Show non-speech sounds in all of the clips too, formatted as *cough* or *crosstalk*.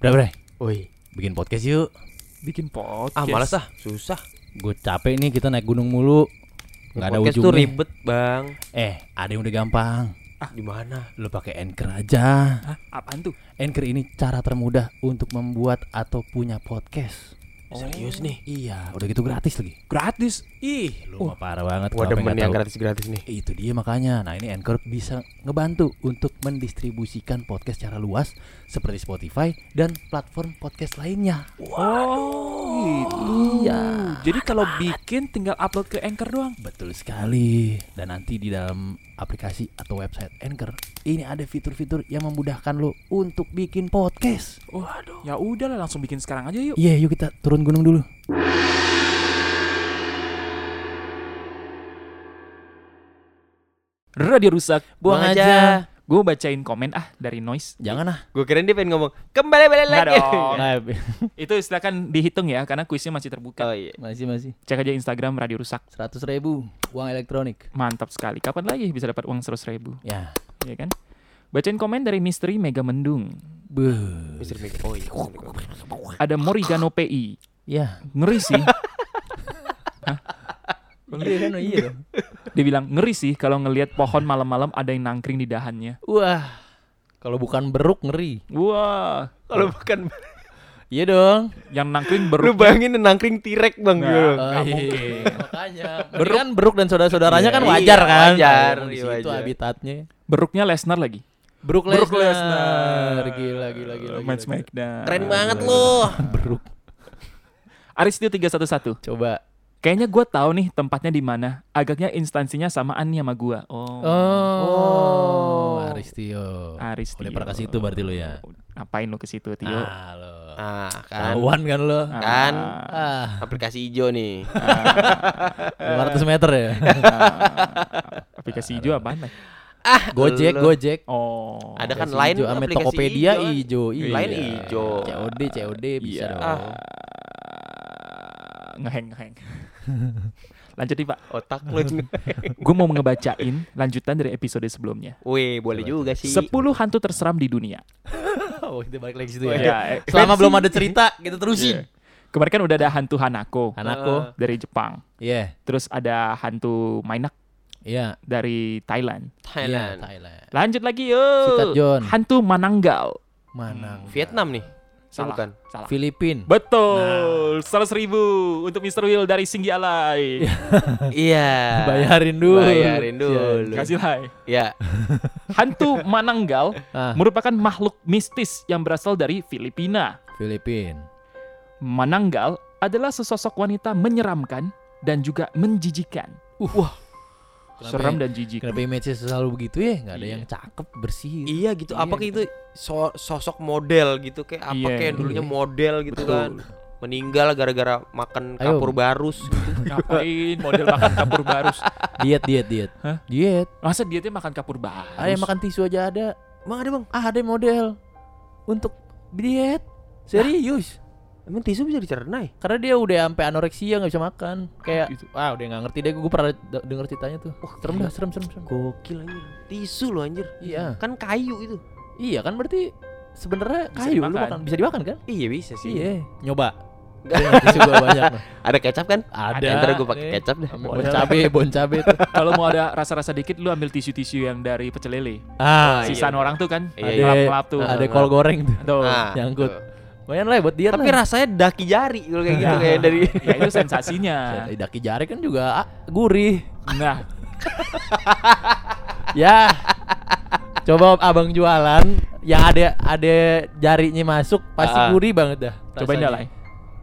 Udah bre, Woi, bikin podcast yuk bikin podcast. ah malas ah, susah. Gue capek nih kita naik gunung mulu Gak ada podcast tuh ujungnya ribet, Bang. Eh ada yang udah gampang Ah. Gimana? Lo pakai Anchor aja Hah, apaan tuh? Anchor ini cara termudah untuk membuat atau punya podcast Serius nih. Iya udah gitu gratis lagi Gratis. Eh, Ih, Lu mah parah banget gua kenapa demen nggak yang tahu. gratis-gratis nih. Itu dia makanya. Nah, ini Anchor bisa ngebantu untuk mendistribusikan podcast secara luas seperti Spotify dan platform podcast lainnya. Oh, gitu. Iya. Jadi kalau bikin tinggal upload ke Anchor doang. Betul sekali. Dan nanti di dalam aplikasi atau website Anchor, ini ada fitur-fitur yang memudahkan lo untuk bikin podcast. Waduh. Ya udahlah langsung bikin sekarang aja yuk. Iya, yuk kita turun gunung dulu. Radio rusak. Buang aja. Gue bacain komen ah dari noise. Jangan ah. Gua kirain dia pengen ngomong kembali balik Nggak lagi. Oh, dong. Itu silakan dihitung ya karena kuisnya Eh. masih terbuka. *laughs* Oh iya. *laughs* masih masih Cek aja Instagram Radio Rusak. 100 ribu uang elektronik. Mantap sekali. Kapan lagi bisa dapat uang seratus ribu? Ya. Ya kan? Bacain komen dari Misteri Mega Mendung. Beuh. Mister Mega. Oh iya. Mister Mega. Ada Morigano PI. Ya. Ngeri *laughs* sih. Iya kan, iya dong. Dia bilang ngeri sih kalau ngelihat pohon malam-malam ada yang nangkring di dahannya. Wah. Kalau bukan beruk ngeri. Wah, Kalau bukan Iya dong. yang lu nangkring baru bayangin nangkring tirek Bang Nah. gitu. Nggak iya. mungkin. Makanya. Beruk kan Beruk dan saudara-saudaranya Iya, kan wajar iya, kan. wajar, Emang di iya, situ wajar. habitatnya. beruknya Lesnar lagi. Bruk Brook Lesnar. nah. Lesnar. Gila gila gila. gila, Match gila. Smackdown. Keren banget *laughs* lu. Bruk. Aristio 311. Coba. Kayaknya gua tahu nih tempatnya di mana. Agaknya instansinya samaan nih sama gua. Oh. Oh. Aristio. Aristio. Udah pernah ke situ berarti lu ya. Oh, Ngapain lu ke situ, Tio? Ah lo. Ah, kan. Tahuan kan lo. Ah. Kan. Ah. Aplikasi *laughs* hijau nih. 500 meter ya. Ah. aplikasi hijau apaan? Lai? Gojek, Lu. Gojek. Oh. Ada kan Aplikasi lain hijau, sama aplikasi Tokopedia hijau. hijau. iya. Lain hijau. COD, COD bisa Iya. dong. Ah. Ah. Ngeheng, ngeheng. *laughs* Lanjut nih, Pak. Otak lu. Gue mau ngebacain lanjutan dari episode sebelumnya. Wih, boleh juga sih. 10 hantu terseram di dunia. Oh, kita balik lagi ke situ Oh, ya. iya. Ya, eh, Selama Versi- belum ada cerita, kita terusin. Kemarin kan udah ada hantu Hanako Anakku. dari Jepang. Iya. Terus ada hantu Mainak Iya. dari Thailand. Thailand. Thailand. Thailand. Lanjut lagi Sikat yuk. John. Hantu Mananggal. Manang. Hmm. Vietnam nih. *laughs* Eh, Salah. Bukan. Salah. Filipin. Betul. 100.000 ribu untuk Mr. Will dari Singgi Alai. Iya. Bayarin dulu. Iya, Bayarin dulu. Iya. Kasih like. Ya. Hantu *laughs* Mananggal Ah, merupakan makhluk mistis yang berasal dari Filipina. Filipin. Mananggal adalah sesosok wanita menyeramkan dan juga menjijikan. Wah, seram dan jijik. ya? Kenapa image-nya selalu begitu ya? Gak ada Gitu. Iya. yang cakep, bersih. Iya gitu. Iya apa itu gitu. so- sosok model gitu kayak apa Iya. kayak dulunya model gitu Betul. kan. Meninggal gara-gara Ayo. makan kapur barus. Ngapain model makan kapur barus? Diet, diet, diet. Hah? Diet. Masa dia tuh makan kapur barus? Ada Ah, yang makan tisu aja ada. Emang ada bang? Ah, ada model. Untuk diet. Serius. Emang tisu bisa dicerna ya? Karena dia udah sampai anoreksia nggak bisa makan. Kayak Gitu. wah udah nggak ngerti deh gue pernah de- denger ceritanya tuh. Wah, serem dah, serem, serem, serem. Gokil anjir. Tisu loh anjir. Iya. Kan kayu itu. Iya kan berarti sebenarnya Bisa kayu lu dimakan. makan bisa dimakan kan? Iya bisa sih. Iya. Nyoba. Nggak. Gua ngerti juga banyak. Nah. Ada kecap kan? Ada. Ntar gue pakai Nih. kecap deh. Nah. Sama Bon cabe, bon cabe tuh. Kalau mau ada rasa-rasa dikit, lu ambil tisu-tisu yang dari pecel lele. Ah, iya. Sisaan orang tuh kan, Iya, iya. lap-lap tuh. ada kol goreng tuh. Tuh. Nah, nyangkut. tuh. Lumayan lah ya buat dia Tapi lah. rasanya daki jari kalau kayak gitu Nah, *laughs* kayak dari ya itu sensasinya. Dari Daki jari kan juga ah, gurih. Nah, *laughs* ya. Coba abang jualan yang ada ada jarinya masuk pasti Ah. gurih banget dah. cobain rasanya. dah lah.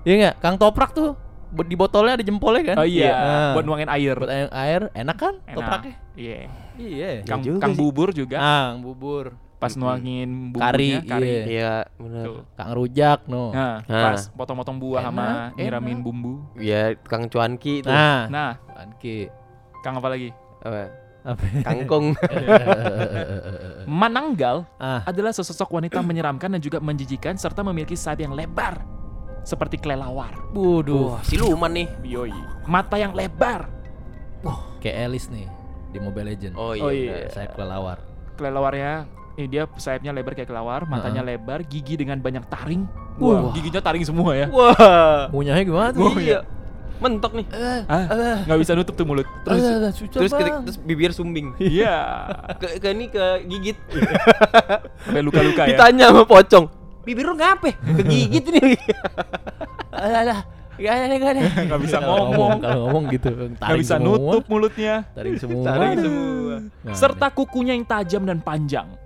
Iya nggak? Kang Toprak tuh bu- di botolnya ada jempolnya kan? Oh iya, Nah, buat nuangin air. buat air, air enak kan? Enak. Topraknya? Iya. Iya. Kang, juga Kang sih. bubur juga Kang bubur, pas Mm-mm. nuangin Kari, bumbunya kari. iya. Iya, benar. Tuh. Kang rujak no. Nah, Nah. pas potong-potong buah sama Enak, nyiramin enak. bumbu. Ya Kang Cuanki itu. Nah, Nah, Anki. Kang apa lagi? Apa? Apa? *laughs* Kangkung. Mananggal *laughs* ah, adalah sesosok wanita menyeramkan dan juga menjijikan serta memiliki sayap yang lebar seperti kelelawar. buduh. Wah, siluman Oh, nih. Bioi. Mata yang lebar. Kayak Elis nih di Mobile Legend. Oh iya. Oh, iya. benar. Saya kelelawar. Kelelawarnya Ini dia sayapnya lebar kayak kelawar, matanya lebar, gigi dengan banyak taring. Wah. Wah, giginya taring semua ya. Wah. Ngunyahnya gimana Oh, tuh? Iya. Mentok nih. Ah, nggak bisa nutup tuh mulut. Terus, Terus, susah Terus bang. ketik- terus bibir sumbing. Iya, iya, *laughs* Ke, ke ini ke gigit. iya. sampai luka-luka ya. Ditanya sama pocong. Bibir lu ngape? Kegigit ini. Alah, alah. Gak ada, gak ada. Nggak bisa Kalau ngomong, Kalau Iya, ngomong gitu. nggak Taring bisa semua, nutup mulutnya. Taring semua. Taring Aduh. semua. Nah, Serta kukunya yang tajam dan panjang.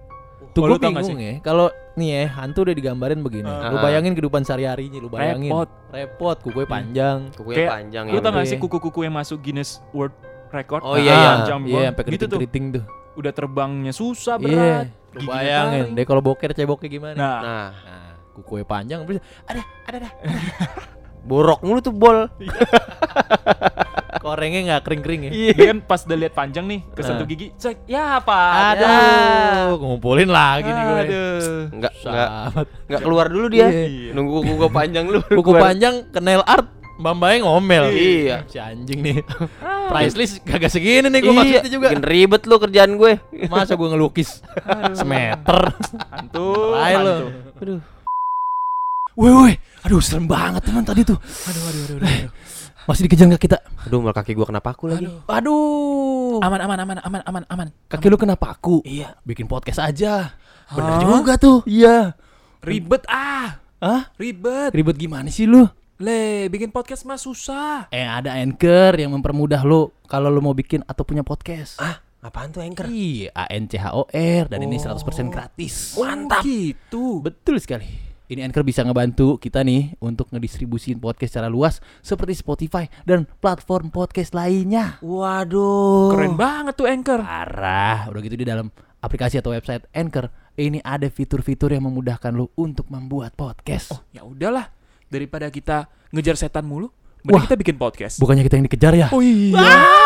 Tuh gue Wah, lu tau nggak bingung ya Kalau nih ya Hantu udah digambarin begini Lu Ah. bayangin kehidupan sehari-harinya Lu ya? bayangin Repot. Hmm. Repot Kukunya panjang Kukunya Kayak- panjang Lu ya. tau Iya. gak sih kuku-kuku yang masuk Guinness World Record? Oh, Ah, iya, iya. Panjang Iya banget. sampai Gitu tuh. keriting-keriting tuh Udah terbangnya susah Iya berat. Lu giginya bayangin taring. Deh kalau boker ceboknya gimana Nah, Nah, Nah Kukunya panjang Terus ada ada ada borok mulu tuh bol. Korengnya gak kering-kering ya dia kan pas udah lihat panjang nih kesentuh Nah. gigi, cek ya apa? Aduh Ngumpulin lagi nih gue Aduh. Enggak, enggak, Sahabat enggak keluar dulu dia. Iya. Nunggu kuku panjang lu. Kuku keluar. panjang ke nail art Bambai ngomel Iya. Si anjing nih Ah. Price list kagak segini nih gue Iya, maksudnya juga bikin ribet lu kerjaan gue. Masa gue ngelukis Semeter Hantu. Lain lo. hantu. Aduh. Woi woi, aduh serem banget teman tadi tuh. Aduh, aduh, aduh, aduh, aduh. Masih dikejar nggak kita? Aduh, mal kaki gua kenapa aku lagi? Aduh. Aman, aman, aman, aman, aman, aman. Kaki lu kenapa aku? Iya. Bikin podcast aja. Bener juga tuh. Iya. Ribet ah, Hah? ribet. Ribet gimana sih lu? Le, bikin podcast mah susah. Eh ada anchor yang mempermudah lu kalau lu mau bikin atau punya podcast. Ah, apaan tuh anchor? Iya, A N C H O R dan ini 100% gratis. Mantap. Oh, Gitu. Betul sekali. Ini Anchor bisa ngebantu kita nih untuk ngedistribusin podcast secara luas seperti Spotify dan platform podcast lainnya. Waduh. Keren banget tuh anchor. Parah, udah gitu di dalam aplikasi atau website Anchor ini ada fitur-fitur yang memudahkan lo untuk membuat podcast. Oh, ya udahlah. Daripada kita ngejar setan mulu, mending Wah. kita bikin podcast. Bukannya kita yang dikejar ya? Oh iya.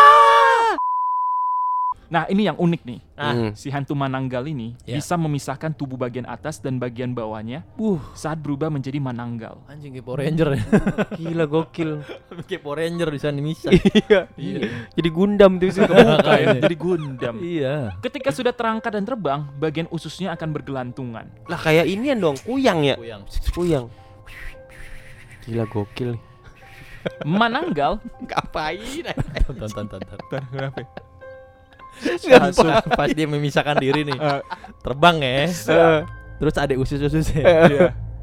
Nah, ini yang unik nih. Ah. Hmm. Si hantu mananggal ini Ya. bisa memisahkan tubuh bagian atas dan bagian bawahnya Uh, saat berubah menjadi *laughs* mananggal. anjing kayak Power Ranger ya. Gila gokil. kayak Power Ranger bisa nih bisa. *laughs* iya. Jadi Gundam tuh Oh, sih. Kebuka ya, jadi gundam. iya. Ketika sudah terangkat dan terbang, bagian ususnya akan bergelantungan. *laughs* *laughs* lah kayak ini dong, kuyang ya. Kuyang. Kuyang. Gila gokil. Mananggal Ngapain? Tonton tonton tonton. ya? Kenapa? Langsung pas dia memisahkan diri nih. Eh. Terbang ya. Eh, Terus ada usus-ususnya.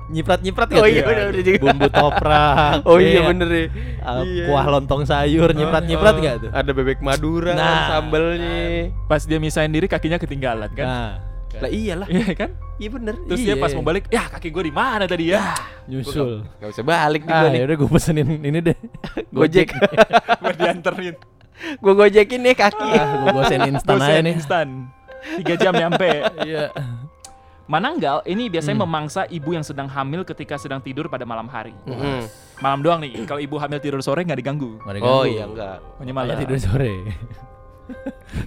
Nyiprat-nyiprat Iya. Oh nggak iya tuh? udah udah juga. Bumbu toprak. *laughs* Oh iya ya. bener Oh. ya. Uh, Iya. Kuah lontong sayur nyiprat-nyiprat nggak tuh? Ada bebek Madura, kan, Nah. sambelnya. pas dia misahin diri kakinya ketinggalan kan? Nah, Lah iyalah. *laughs* Iya kan? Iya bener. Terus dia Iya. pas mau balik, ya kaki gue di mana tadi ya? *laughs* nyusul. Gak usah balik nih Ah, gua nih. yaudah gue pesenin ini *laughs* deh. Gojek. Gue dianterin. Gua gojekin nih kaki. ah, gue gosen instan aja Dosen nih. Instan. Tiga jam *laughs* nyampe. Iya. Mananggal ini biasanya Hmm. memangsa ibu yang sedang hamil ketika sedang tidur pada malam hari. Mm. Malam doang nih. Kalau ibu hamil tidur sore nggak diganggu. Hmm. Nggak diganggu. Oh iya enggak. Hanya Malah malam. tidur *laughs* sore.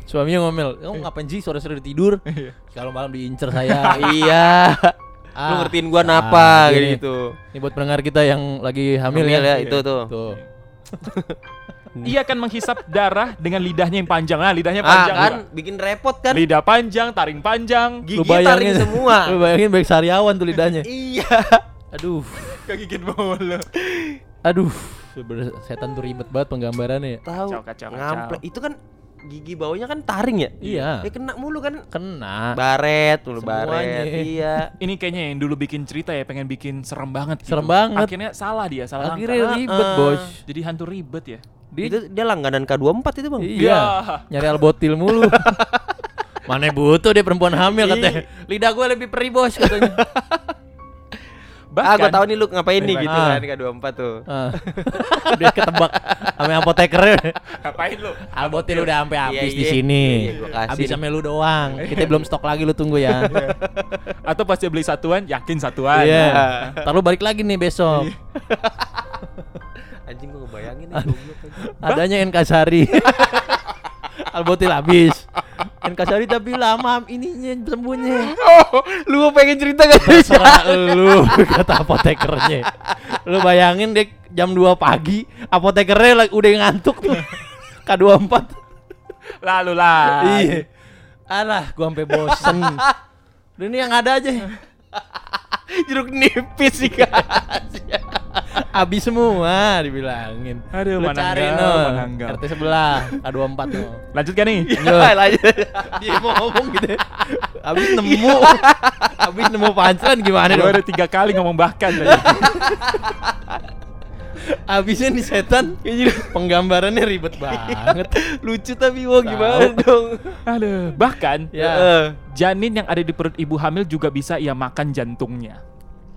Suaminya ngomel, kamu ngapain sih sore-sore tidur? Kalau malam diincer saya. iya. *laughs* Lu Ah, ngertiin gua ah, napa gini. gitu. Ini buat pendengar kita yang lagi hamil Hamil ya ya. itu tuh. Tuh. Ia akan menghisap darah dengan lidahnya yang panjang. Nah, lidahnya Ah panjang. kan bikin repot kan. Lidah panjang, taring panjang. Gigi taring gitu *laughs* semua. Lu bayangin baik sariawan tuh lidahnya. iya. Aduh. Kegigit mulu. *laughs* Aduh. Sebenernya setan tuh ribet banget penggambarannya. ya. Tahu. Kacau, kacau, kacau. Ngamplek. Itu kan gigi bawahnya kan taring ya? Iya. Ya kena mulu kan. Kena. Baret, mulu Semuanya. baret. *laughs* Iya. Ini kayaknya yang dulu bikin cerita ya, pengen bikin serem banget. gitu. Serem banget. Akhirnya salah dia, salah Akhirnya langkah. ribet, Ah. Bos. Jadi hantu ribet ya. Dia- Itu dia langganan K24 itu, Bang. Iya. Nyari albotil mulu. *laughs* Iya. Mana butuh dia perempuan hamil katanya. Lidah gue lebih perih bos katanya. *laughs* Bahkan, Ah, gua tahu nih lu ngapain nih gitu Ah. kan K24 tuh. Ah. *laughs* Dia ketebak sama apotekernya. ngapain lu? Albotil udah sampai habis Iya, di iya. sini. Iya, iya, gua kasih Habis nih. sampai lu doang. Kita belum stok lagi lu tunggu ya. Atau pas dia beli satuan, yakin satuan. Iya. Ntar lu balik lagi nih besok. Anjing gua ngebayangin nih goblok aja. Adanya NK Sari. *laughs* Albotil habis. NK Sari tapi lama ininya sembuhnya. Oh, *laughs* lu mau pengen cerita *laughs* gak bisa? Terserah lu kata apotekernya. Lu bayangin deh jam 2 pagi apotekernya lagi- udah ngantuk *laughs* tuh. K24. Lalu lah. *laughs* Iya. Alah, gua sampai bosen. Ini yang ada *laughs* aja. jeruk nipis sih kasih. *laughs* Habis semua dibilangin. Aduh, Lu mana cari enggak, no. mana enggak. RT sebelah, K24 no. Lanjut gak nih? Iya. Iya. Dia mau ngomong gitu. ya. Habis nemu. Iya. Habis nemu pancelan gimana Gue dong? udah tiga kali ngomong bahkan *laughs* tadi. Habisnya nih setan Iya, penggambarannya ribet *laughs* banget. Lucu tapi wah gimana dong? Aduh, bahkan ya. janin yang ada di perut ibu hamil juga bisa ia makan jantungnya.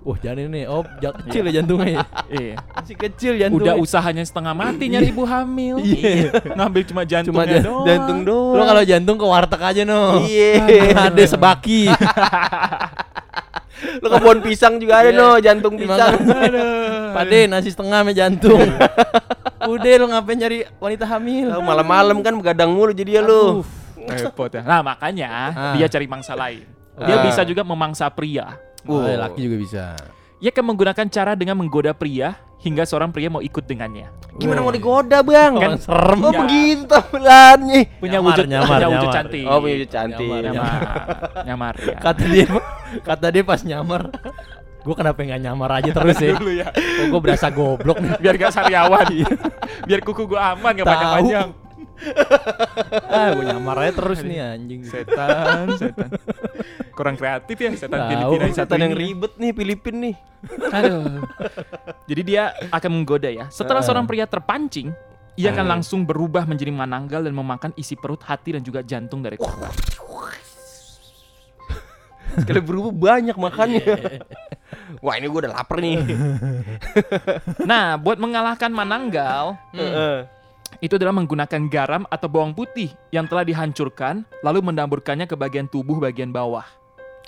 Wah, jangan ini. Oh, Iya. jangan kecil ya jantungnya. ya. Iya. *laughs* Masih kecil jantungnya. Udah usahanya setengah mati nyari ibu hamil. Iya. Ngambil Cuma cuma jantungnya jan- doang. Jantung doang. Lo kalau jantung ke warteg aja no. *laughs* Iya. Ada *laughs* sebaki. Lo kebun pisang juga ada Iya. no, jantung pisang. Aduh. Pade nasi setengah sama *laughs* jantung. Udah lo ngapain nyari wanita hamil? Lo malam-malam kan begadang mulu jadi ya lo. Repot ya. Nah, makanya Ah. dia cari mangsa lain. Ah. Dia bisa juga memangsa pria. Oh, Wah. laki juga bisa. Ia akan menggunakan cara dengan menggoda pria hingga seorang pria mau ikut dengannya. Gimana mau digoda bang? Kan Kan serem. Oh Ya. begitu tampilannya. Punya Nyamar, wujud nyamar, punya wujud nyamar. cantik. Oh punya cantik. Nyamar, nyamar. nyamar ya. Kata dia kata dia pas nyamar. Gue kenapa nggak nyamar aja terus ya? Dulu ya. Kok gue berasa goblok nih. Biar gak sariawan. Biar kuku gua aman gak Tahu. panjang-panjang. Ah, gue nyamar aja terus nih anjing. Setan, setan. Kurang kreatif ya setan Tahu. Filipina yang satu Setan yang ini. ribet nih Filipin nih. Aduh. Jadi dia akan menggoda ya. Setelah seorang pria terpancing, ia akan langsung berubah menjadi mananggal dan memakan isi perut, hati dan juga jantung dari korban. Sekali berubah banyak makannya. *laughs* Wah ini gue udah lapar nih. Nah, buat mengalahkan mananggal, Heeh. itu adalah menggunakan garam atau bawang putih yang telah dihancurkan, lalu mendamburkannya ke bagian tubuh bagian bawah.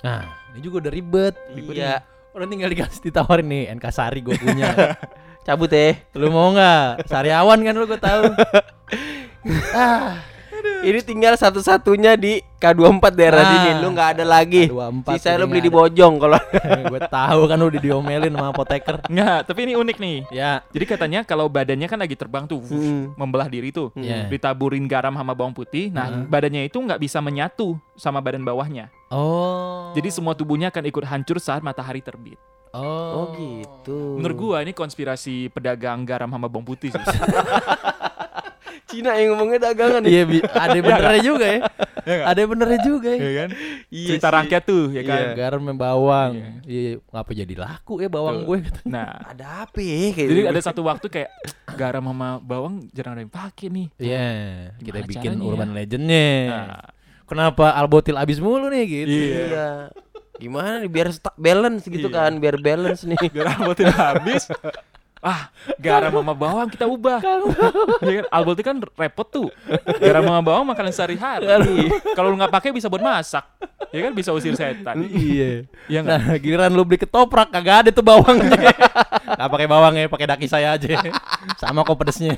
Nah, ini juga udah ribet. Iya. Orang tinggal dikasih ditawarin nih NK Sari gue punya. Cabut ya. lu mau nggak? Sariawan kan lu gue tahu. Ini tinggal satu-satunya di K24 daerah Ah. sini. Lu nggak ada lagi. K24 Sisa ini lu beli nggak di Bojong kalau *laughs* gue tahu kan udah diomelin sama apoteker. Nggak, tapi ini unik nih. Ya, Jadi katanya kalau badannya kan lagi terbang tuh, wuff, Hmm. membelah diri tuh, Iya. ditaburin garam sama bawang putih, nah badannya itu nggak bisa menyatu sama badan bawahnya. Oh. Jadi semua tubuhnya akan ikut hancur saat matahari terbit. Oh, gitu. Menurut gua ini konspirasi pedagang garam sama bawang putih *laughs* sih. Cina yang ngomongnya dagangan ya? nih. Iya, bi- ada benernya juga ya. ada benernya juga ya. kan? Iya Cerita rakyat tuh ya kan. Iya, garam sama bawang. Iya, ngapa jadi laku ya bawang gue? Nah, Ada apa ya? kayak jadi gitu. ada satu waktu kayak garam sama bawang jarang ada yang pakai nih. Iya, kita Gimana bikin caranya urban legendnya. Nah. Kenapa albotil abis mulu nih gitu? Iya. Gimana nih biar stuck balance gitu kan, biar balance nih. Garam albotil habis. Ah, garam sama bawang kita ubah. Ya kan? Albotil kan repot tuh. Garam sama bawang makanan sehari-hari. Kalau lu nggak pakai bisa buat masak. Ya kan bisa usir setan. Iya. Iya nggak? Nah, giliran lu beli ketoprak kagak ada tuh *laughs* bawangnya. ya, *laughs* Gak pakai bawangnya, pakai daki saya aja. Sama kok pedesnya.